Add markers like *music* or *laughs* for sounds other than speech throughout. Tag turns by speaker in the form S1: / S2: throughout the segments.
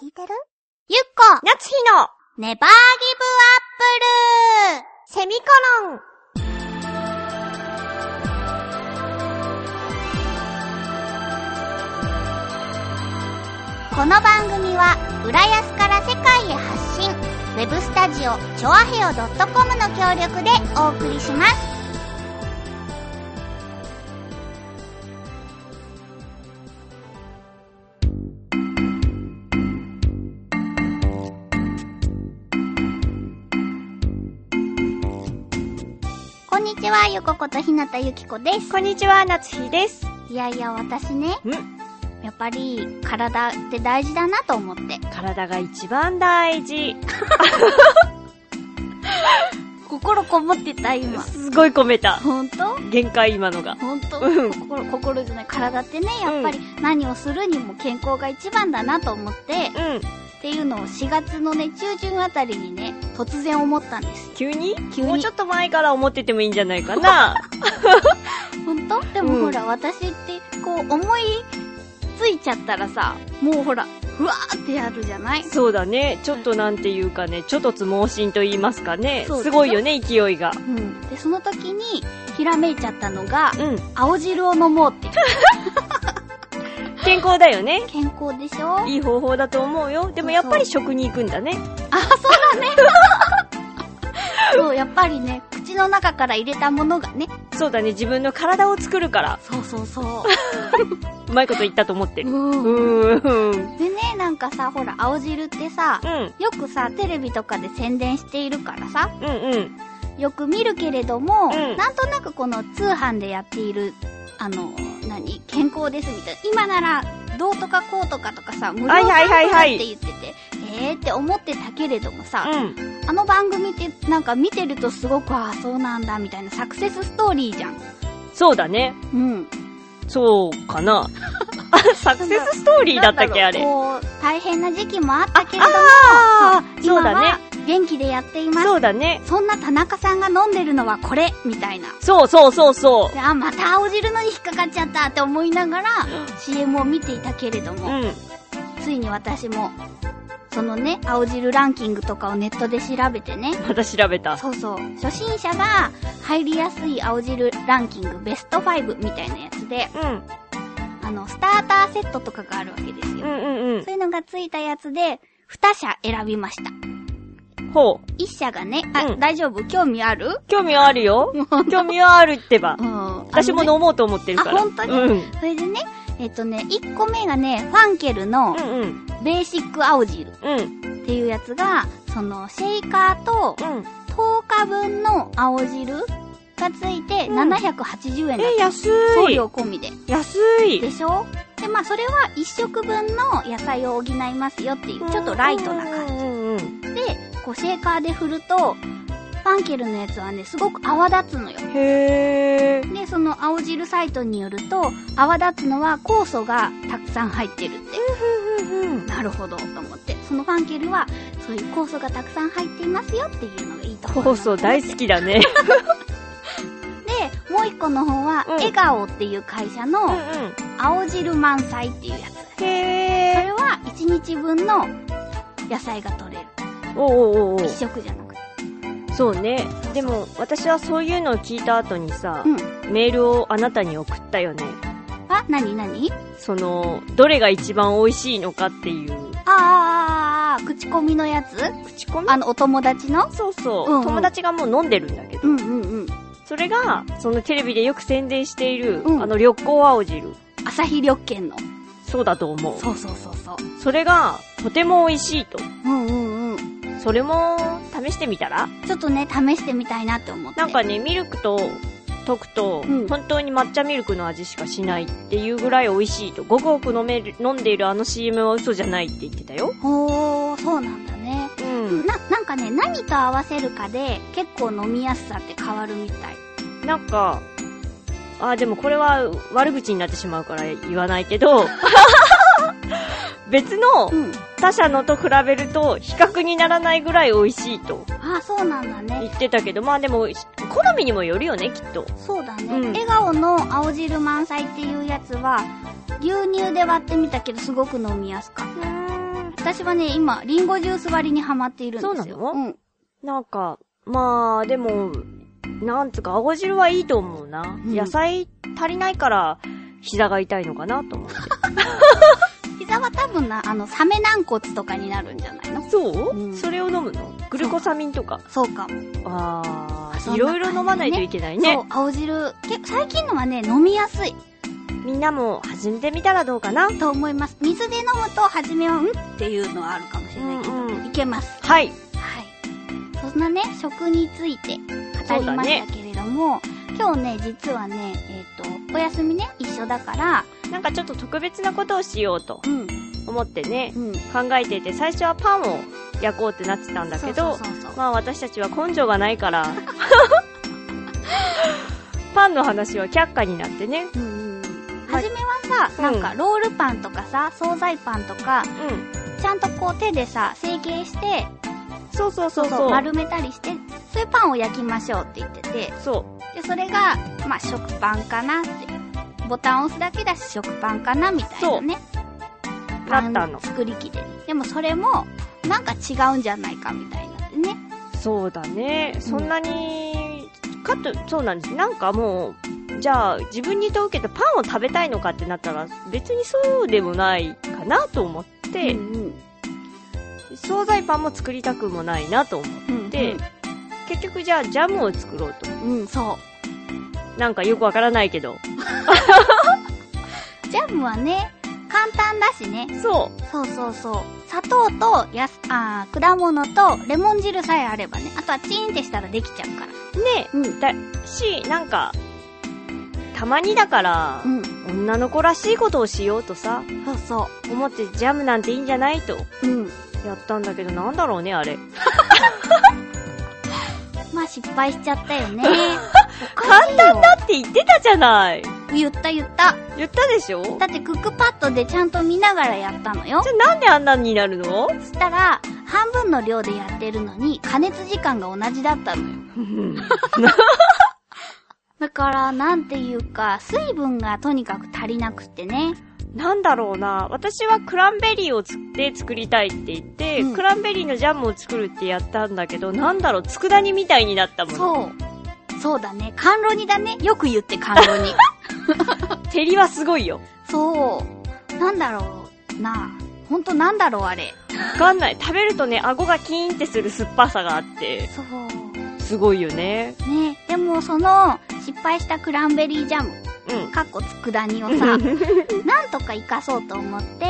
S1: 聞いてるゆっこ
S2: 夏日の
S1: ネバーギブアップル
S2: セミコロン
S1: この番組は浦安から世界へ発信ウェブスタジオチョアヘオ .com の協力でお送りしますこんにちはゆこことひなたゆきこです
S2: こんにちは夏日です
S1: いやいや私ね
S2: ん
S1: やっぱり体って大事だなと思って
S2: 体が一番大事
S1: 心こもってた今
S2: *laughs* すごい込めた
S1: 本当
S2: 限界今のが
S1: 本当
S2: うん
S1: 心心じゃない体ってねやっぱり何をするにも健康が一番だなと思って
S2: うん
S1: っていうのを4月のね中旬あたりにね突然思ったんです
S2: 急に
S1: 急に
S2: もうちょっと前から思っててもいいんじゃないか *laughs* な
S1: 本当でも
S2: うん
S1: ほら、私ってこう思いついちゃったらさもうほらふわーってやるじゃない
S2: そうだねちょっとなんていうかねちょっとつ盲信と言いますかね
S1: そう
S2: すごいよね勢いが
S1: うんでその時にひらめいちゃったのが
S2: うん
S1: 青汁を飲もうって
S2: 健康だよね
S1: 健康でしょ
S2: いい方法だと思うよでもやっぱり食に行くんだね
S1: そうやっぱりね口の中から入れたものがね
S2: そうだね自分の体を作るから
S1: そうそうそう
S2: まいこと言ったと思って
S1: う、
S2: る
S1: う、
S2: うんーん
S1: でねなんかさほら青汁ってさ
S2: うん
S1: よくさテレビとかで宣伝しているからさ
S2: うんうん
S1: よく見るけれども、
S2: うん
S1: なんとなくこの通販でやっているあの何健康ですみたいな今ならどうとかこうとかとかさ無料サイト
S2: はいはいはい
S1: だっ
S2: はい
S1: て言ってて、えーって思ってたけれどもさ、
S2: うん
S1: あの番組ってなんか見てるとすごくああそうなんだみたいなサクセスストーリーじゃん
S2: そうだね
S1: うん
S2: そうか *laughs* なサクセスストーリーだったっけ
S1: な
S2: あ
S1: ん
S2: れ
S1: だろうこう大変な時期もあったけれども
S2: ああそう
S1: 今
S2: だ
S1: は
S2: ね
S1: 元気でやっています
S2: そうだね
S1: そんな田中さんが飲んでるのはこれみたいな。
S2: そうそうそうそ
S1: であ、また青汁のに引っかかっちゃったって思いながら CM を見ていたけれど
S2: うう
S1: も、
S2: ん
S1: ついに私も、そのね、青汁ランキングとかをネットで調べてね、
S2: また調べた
S1: そうそう、初心者が入りやすい青汁ランキングベスト5みたいなやつで、
S2: うん
S1: あの、スターターセットとかがあるわけです
S2: う
S1: よ。
S2: んうん
S1: そういうのがついたやつで、2社選びました。
S2: うんほう
S1: 1社がね、あ、
S2: うん
S1: 大丈夫興味ある
S2: 興味はある *laughs* よ興味はあるってば
S1: ん。
S2: 私も
S1: あのね
S2: 飲もうと思ってるから
S1: あ本当に
S2: うん
S1: それでね、えっとね、1個目がね、ファンケルの
S2: うんうん
S1: ベーシック青汁っ
S2: うん
S1: ていうやつが、その、シェイカーと
S2: うん
S1: 10日分の青汁がついて
S2: うん
S1: 780円だっ
S2: え
S1: た。
S2: 安
S1: 送
S2: い
S1: 料込みで。
S2: 安い
S1: でしょで、まあ、それは1食分の野菜を補いますよっていう、ちょっとライトな感
S2: じうんうん
S1: じで、こう、シェイカーで振ると、ファンケルのやつはね、すごく泡立つのよ。
S2: へー
S1: で、その青汁サイトによると、泡立つのは酵素がたくさん入ってるって。なるほどと思ってそのファンケルはそういう酵素がたくさん入っていますよっていうのがいいところ
S2: 酵素大好きだね
S1: でもう一個の方は、
S2: うん
S1: 笑顔っていう会社の
S2: う
S1: 青汁満載っていうやつ
S2: ん
S1: そ
S2: へ
S1: れは1日分の野菜が取れる
S2: ーおうおうおうおう
S1: 1食じゃなくて
S2: そうねでも私はそういうのを聞いた後にさ
S1: うん
S2: メールをあなたに送ったよね
S1: あ何何
S2: そのどれが一番美味しいのかっていう
S1: あー口コミのやつ
S2: 口コミ
S1: あのお友達の
S2: そうそう、
S1: うんうん
S2: 友達がもう飲んでるんだけど、
S1: うんうんうん
S2: それがそのテレビでよく宣伝している、
S1: うん
S2: あの緑光青汁
S1: 朝日緑券の
S2: そうだと思う
S1: そうそうそうそう
S2: それがとても美味しいと
S1: うんうんうん
S2: それも試してみたら
S1: ちょっとね試してみたいなって思って
S2: なんかねミルクと溶くと、
S1: うん
S2: 本当に抹茶ミルクの味しかしないっていうぐらい美味しいとごくごく飲める飲んでいるあの CM は嘘じゃないって言ってたよ
S1: ほーそうなんだね
S2: うん、
S1: な、なんかね、何と合わせるかで、結構飲みやすさって変わるみたい。
S2: なんかあーでもこれは悪口になってしまうから言わないけど別の
S1: うん。
S2: 他社のと比べると比較にならないぐらい美味しいと
S1: あ、そうなんだ
S2: 言
S1: ね。
S2: ってたけどまあでも好みにもよるよねきっと
S1: そうだね。
S2: うん
S1: 笑顔の青汁満載っていうやつは、牛乳で割ってみたけど、すごく飲みやすかった。私はね、今、リンゴジュース割りにハマっているんですよ。
S2: そうなの
S1: うん。
S2: なんか、まあ、でも、なんつうか、青汁はいいと思うな。
S1: ん
S2: 野菜足りないから、膝が痛いのかなと思って。
S1: 膝は多分な、あの、サメ軟骨とかになるんじゃないの
S2: そう、
S1: うん
S2: それを飲むのグルコサミンとか。
S1: そうかも。
S2: あ
S1: あそんな
S2: ー、
S1: い
S2: ろいろ飲まないといけないね。
S1: そう、青汁。け最近のはね、飲みやすい
S2: みんなも始めてみたらどうかな。
S1: と思います。水で飲むと、初めはんっていうのはあるかもしれないけど、
S2: うんうん
S1: いけます。
S2: はい。
S1: はい。そんなね、食について語りましたけれども、今日ね、実はね、えっ、と、お休みね、一緒だから、
S2: なんかちょっと特別なことをしようと
S1: うん、
S2: 思ってね、
S1: うん。
S2: 考えてて、最初はパンを焼こうってなってたんだけど、
S1: そうそうそうそう
S2: まあ私たちは根性がないから、 *laughs* パンの話は却下になってね。
S1: うんうんうん。
S2: は
S1: はいじめはさ、なんか、ロールパンとかさ、惣菜パンとか、
S2: うん。
S1: ちゃんとこう手でさ、成形して、
S2: そうそうそうそう。
S1: 丸めたりして、そういうパンを焼きましょうって言ってて、
S2: そう。
S1: で、それが、まあ、食パンかなって。ボタンを押すだけだし、食パンかなみたいなね。
S2: なった
S1: パ
S2: の
S1: ン作り機でね。でもそれも、なんか違うんじゃないかみたいなんでね。
S2: そうだね。そんなに、かと、そうなんです。なんかもう、じゃあ自分に問うけどパンを食べたいのかってなったら、別にそうでもないかなと思って、
S1: うんうん
S2: 惣菜パンも作りたくもないなと思っ
S1: う
S2: て、
S1: んうん
S2: で結局じゃあジャムを作ろうと。
S1: うん、そ
S2: なんかよくわからないけど。
S1: う。ジャムはね、簡単だしね。
S2: そ
S1: そうそうそう。砂糖と、やす、あー果物と、レモン汁さえあればね。あとはチーンってしたらできちゃうから。
S2: う。ね
S1: うん。
S2: し、なんか、たまにだから、
S1: うん。
S2: 女の子らしいことをしようとさ、
S1: そうそ
S2: 思ってジャムなんていいんじゃないと、
S1: う。うん。
S2: やったんだけど、なんだろうね、あれ。
S1: まあ失敗しちゃったよね。 *laughs* 簡単だ
S2: って言ってたじゃない。
S1: 言った言った。
S2: 言ったでしょ
S1: だってクックパッドでちゃんと見ながらやったのよ
S2: じ。ゃ、なんであんなになる
S1: *laughs*
S2: の
S1: そしたら、半分の量でやってるのに、加熱時間が同じだったのよ。だから、なんていうか、水分がとにかく足りなくてね。
S2: なんだろうな。私はクランベリーをつで作りたいって言って、
S1: うん
S2: クランベリーのジャムを作るってやったんだけど、なんだろう、佃煮みたいになったもの。
S1: そう。そうだね。甘露煮だね。よく言って甘露煮。
S2: 照りはすごいよ。
S1: そう。なんだろうな。ほんとなんだろうあれ。
S2: わかんない。食べるとね、顎がキーンってする酸っぱさがあって、
S1: そう。
S2: すごいよね。
S1: ね。でも、その、失敗したクランベリージャム、
S2: うん。
S1: かっこ佃煮をさ、なんとか活かそうと思って、
S2: うん。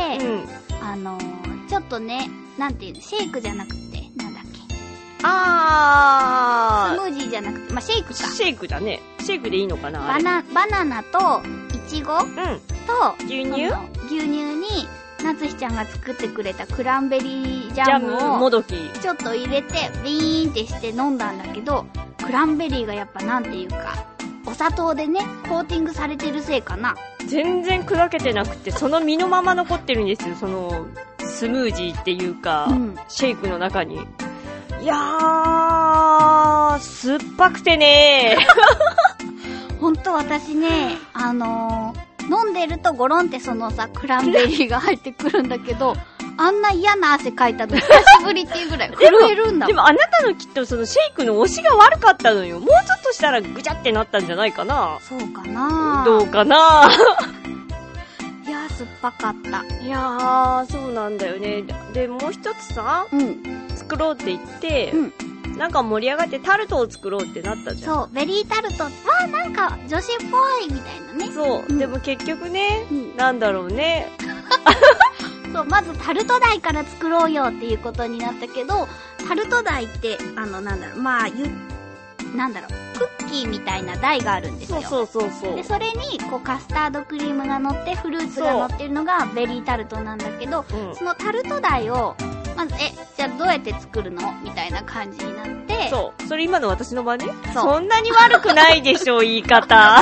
S1: あのー、ちょっとね、なんていうの、シェイクじゃなくて、なんだっけ、ス
S2: あ
S1: ムージーじゃなくて、まあ、シェイク
S2: ー。
S1: か。
S2: シェイクだね。シェイクでいいのかなあ
S1: バ
S2: れ
S1: ナ、バナナと、イチゴと、
S2: うん。牛
S1: その
S2: 乳
S1: 牛乳に、なつひちゃんが作ってくれたクランベリージ
S2: ジ
S1: ャ
S2: ャム、
S1: ム
S2: も
S1: を、
S2: どき。
S1: ちょっと入れて、ビーンってして飲んだんだけど、クランベリーがやっぱなんていうか、お砂糖でね、コーティングされてるせいかな。
S2: 全然砕けてなくて、その身のまま残ってるんですよ。その、スムージーっていうか、
S1: うん。
S2: シェイクの中に。いやー、酸っぱくて *laughs* ね
S1: ほんと私ね、あのー、飲んでるとゴロンってそのさ、クランベリーが入ってくるんだけど、あんな嫌な汗かいたの久しぶりっていうぐらい震えるんだ
S2: で
S1: もん。
S2: もあなたのきっとそのシェイクの推しが悪かったのよ。もうちょっとしたらぐちゃってなったんじゃないかな。
S1: そうかな
S2: どうかない
S1: やー、酸っぱかった。
S2: いやー、そうなんだよね。で、もう一つさ、
S1: うん。
S2: 作ろうって言って、
S1: う
S2: なんか盛り上がってタルトを作ろうってなったじゃん。
S1: そう、ベリータルト。わー、なんか女子っぽいみたいなね。
S2: そう。
S1: うん
S2: でも結局ね、
S1: うん
S2: なんだろうね。
S1: そう、まずタルト台から作ろうよっていうことになったけど、タルト台って、あの、なんだろう、まあ、ゆ、なんだろう、クッキーみたいな台があるんですよ。
S2: そうそうそうそう
S1: で、。それに、こう、カスタードクリームが乗って、フルーツが乗ってるのがベリータルトなんだけど、
S2: うん
S1: そのタルト台を、まず、え、じゃあどうやって作るのみたいな感じになって、
S2: そう。それ今の私の場ね。
S1: そう
S2: そんなに悪くないでしょ、言い方。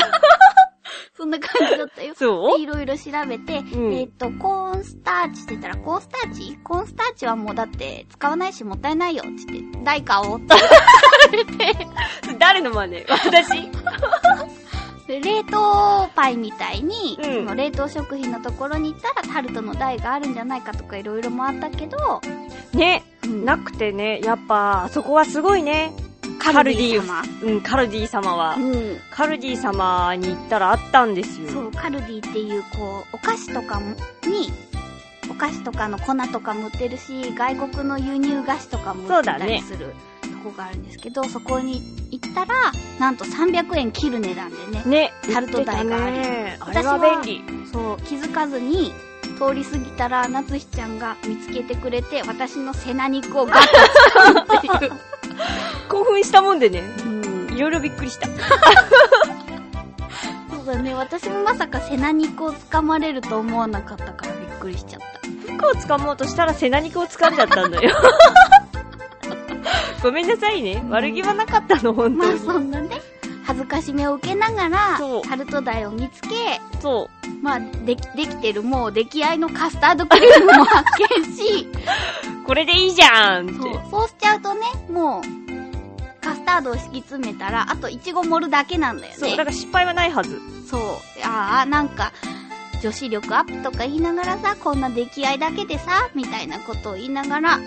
S1: そんな感じだったよ。
S2: *laughs* そう
S1: でいろいろ調べて、
S2: うん
S1: えっ、と、コーンスターチって言ったら、コーンスターチコーンスターチはもうだって使わないしもったいないよって言って、代価をって。
S2: *laughs* 誰の真似私
S1: で冷凍パイみたいに、
S2: うん
S1: その冷凍食品のところに行ったらタルトの台があるんじゃないかとかいろいろもあったけど、
S2: ね、
S1: うん
S2: なくてね、やっぱ、あそこはすごいね。カルディ
S1: 様。
S2: うん、カルディ様は。
S1: うん、
S2: カルディ様に行ったらあったんです
S1: そ
S2: よ。
S1: うカルディっていうこうお菓子とかもにお菓子とかの粉とかも売ってるし外国の輸入菓子とかも売ってた
S2: そうだね
S1: りするとこがあるんですけどそ,、こに行ったらなんと300円切る値段でね
S2: ね、
S1: タルト台があり
S2: 言ってたねあれ
S1: 私は
S2: は便利。
S1: そう気づかずに通り過ぎたら夏日ちゃんが見つけてくれて私の背中をガッと掴むっていう。
S2: 興奮したもんでね、
S1: うん
S2: いろいろびっくりした。
S1: そうだね、私もまさか背中を掴まれると思わなかったからびっくりしちゃった。
S2: 服を掴もうとしたら背中を掴んじゃったん
S1: *laughs*
S2: だよ。ごめんなさいね。悪気はなかったの、
S1: *laughs*
S2: 本
S1: ま
S2: 当
S1: あ
S2: に。
S1: そんなね、恥ずかしめを受けながら
S2: そう、
S1: タルト台を見つけ、
S2: そう。
S1: まあでき、できてるもう出来合いのカスタードクリームも発見
S2: *laughs*
S1: し、
S2: これでいいじゃんって。
S1: そう、そうしちゃうとね、もう、カスタードを敷き詰めたら、あとイチゴ盛るだけなんだよね。
S2: そう、だから失敗はないはず。
S1: そう。ああ、なんか、女子力アップとか言いながらさ、こんな出来合いだけでさ、みたいなことを言いながら、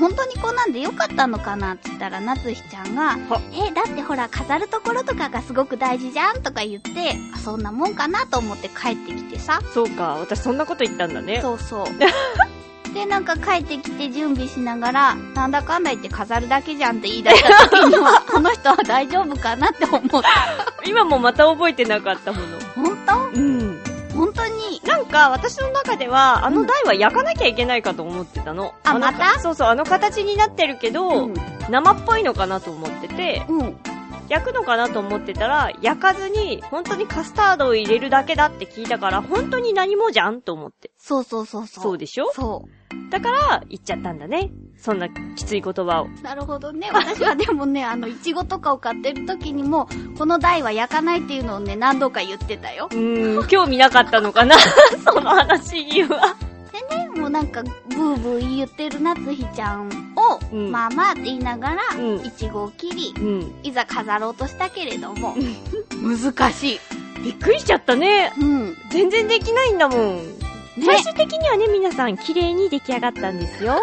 S1: 本当にこんなんでよかったのかなって言ったら、夏日ちゃんが
S2: は、
S1: え、だってほら、飾るところとかがすごく大事じゃんとか言って、あそんなもんかなと思って帰ってきてさ、
S2: そうか、私そんなこと言ったんだね。
S1: そうそう。 *laughs* で、なんか帰ってきて準備しながら、なんだかんだ言って飾るだけじゃんって言い出した時には、 *laughs* この人は大丈夫かなって思った。
S2: 今もまた覚えてなかったもの。
S1: 本当
S2: うん。
S1: 本当に、
S2: なんか、私の中では、あの台は焼かなきゃいけないかと思ってたの。
S1: あ
S2: の
S1: また
S2: そうそう、あの形になってるけど、
S1: うん
S2: 生っぽいのかなと思ってて、
S1: うん。
S2: 焼くのかなと思ってたら、焼かずに、本当にカスタードを入れるだけだって聞いたから、本当に何もじゃんと思って。
S1: そうそうそうそう。
S2: そうでしょ
S1: そ
S2: だから、言っちゃったんだね。そんなきつい言葉を。
S1: う。なるほどね。私はでも *laughs* ね、あの、いちごとかを買ってる時にも、この台は焼かないっていうのをね、何度か言ってたよ
S2: う。ーん、 *laughs* 興味なかったのか
S1: *laughs*
S2: なその話には。
S1: でもうなんか、ブーブー言ってる夏日ちゃんを、
S2: う
S1: *laughs*
S2: ん
S1: まあまあって言いながら、
S2: うん
S1: いちごを切り
S2: う、ん。
S1: いざ飾ろうとしたけれども、難しい。
S2: びっくりしちゃったね。
S1: うん。
S2: 全然できないんだもん。
S1: ね
S2: 最終的にはね、皆さん綺麗に出来上がったんですよ。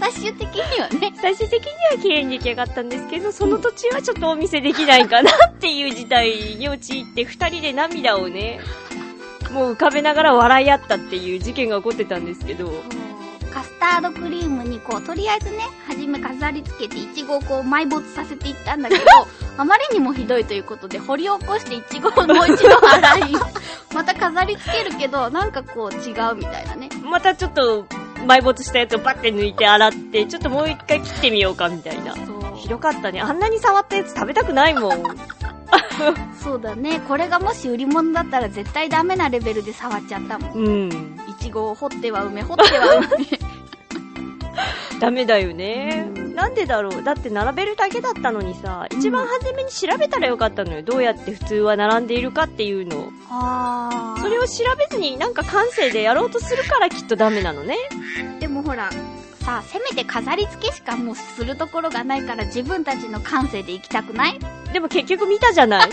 S1: 最終的にはね、
S2: 最終的には綺麗に出来上がったんですけど、その途中はちょっとお見せできないかなっていう事態に陥って、二人で涙をね、もう浮かべながら笑い合ったっていう事件が起こってたんですけど、
S1: カスタードクリームにこう、とりあえずね、はじめ飾り付けて、いちごをこう、埋没させていったん *laughs* だけど、あまりにもひどいということで、掘り起こしていちごをもう一度 *laughs* 洗い、また飾り付けるけど、なんかこう、違うみたいなね。
S2: またちょっと埋没したやつをバッて抜いて洗って、ちょっともう一回切ってみようかみたいな。
S1: そう
S2: ひどかったね。あんなに触ったやつ食べたくないもん。
S1: そうだね。これがもし売り物だったら絶対ダメなレベルで触っちゃったもん。
S2: うん。
S1: いちごを掘っては埋め、掘っては埋め。
S2: ダメだよね、
S1: うん
S2: なんでだろうだって並べるだけだったのにさ一番初めに調べたらよかったのよどうやって普通は並んでいるかっていうのを
S1: *laughs* あー。
S2: それを調べずになんか感性でやろうとするからきっとダメなのね
S1: でもほら、さあ、せめて飾り付けしかもうするところがないから自分たちの感性で行きたくない
S2: でも結局見たじゃ *laughs* ない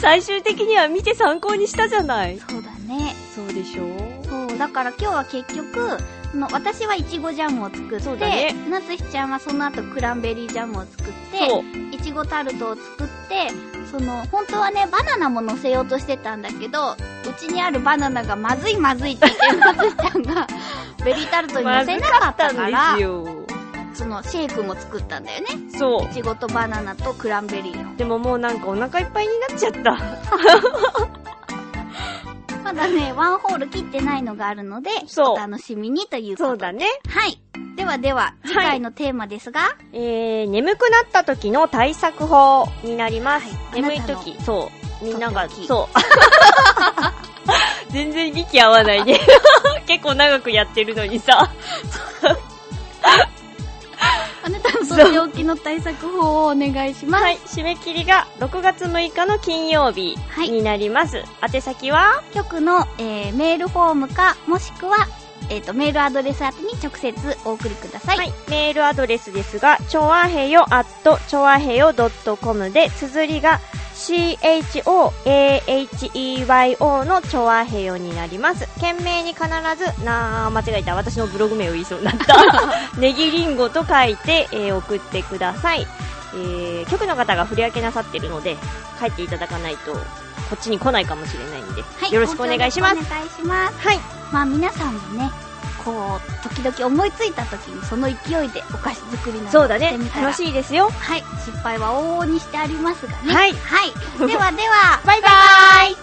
S2: 最終的には見て参考にしたじゃない
S1: そうだね。
S2: そうでしょ
S1: そう、だから今日は結局、あの私はいちごジャムを作って、
S2: そうだね
S1: なつひちゃんはその後クランベリージャムを作って、
S2: そう
S1: いちごタルトを作って、その、本当はね、バナナも乗せようとしてたんだけど、うちにあるバナナがまずいまずいって言って、なつひちゃん
S2: *laughs*
S1: が、ベリータルトに乗せなかっ
S2: な
S1: た
S2: ん
S1: か
S2: で
S1: ら
S2: す、よ
S1: その、シェイクも作ったんだよね。
S2: そ
S1: いちごとバナナとクランベリーの。
S2: うでももうなんかお腹いっぱいになっちゃった
S1: まだ
S2: *laughs*
S1: ね、ワンホール切ってないのがあるので、
S2: そ
S1: お
S2: う
S1: 楽しみにということで。
S2: そうだね
S1: はい。ではでは、次回のテーマですが、
S2: えー、眠くなった時の対策法になります。
S1: はい
S2: 眠い
S1: あなたの
S2: 時、そう。みんなが、
S1: とっておき
S2: *laughs* そう。全然息合わ *laughs* ないね。結構長くやってるのにさ。
S1: あなたのとっておきの対策法をお願いします。
S2: はい、締め切りが6月6日の金曜日
S1: はい
S2: になります。宛先は
S1: 局の、えーメールフォームか、もしくは、えっ、と、メールアドレス宛てに直接お送りください。
S2: はい、メールアドレスですが、ちょわへよ at ちょわへよ .com で、綴りが CHOAHEYO のちょわへよになります。件名に必ず、なあ間違えた。私のブログ名を言いそうに
S1: *laughs*
S2: なった。ネギリンゴと書いて、えー送ってください。えー、局の方が振り分けなさってるので、帰っていただかないと、こっちに来ないかもしれないんで、
S1: はい
S2: よろしくお願いします。
S1: お願いします。
S2: はい。
S1: まあ皆さんもね、こう、時々思いついた時にその勢いでお菓子作りなど
S2: そうだ
S1: して
S2: ね
S1: み。たら
S2: 楽しいですよ。
S1: はい、失敗は往々にしてありますがね。
S2: はい
S1: はい。ではでは、
S2: *laughs* バイバーイ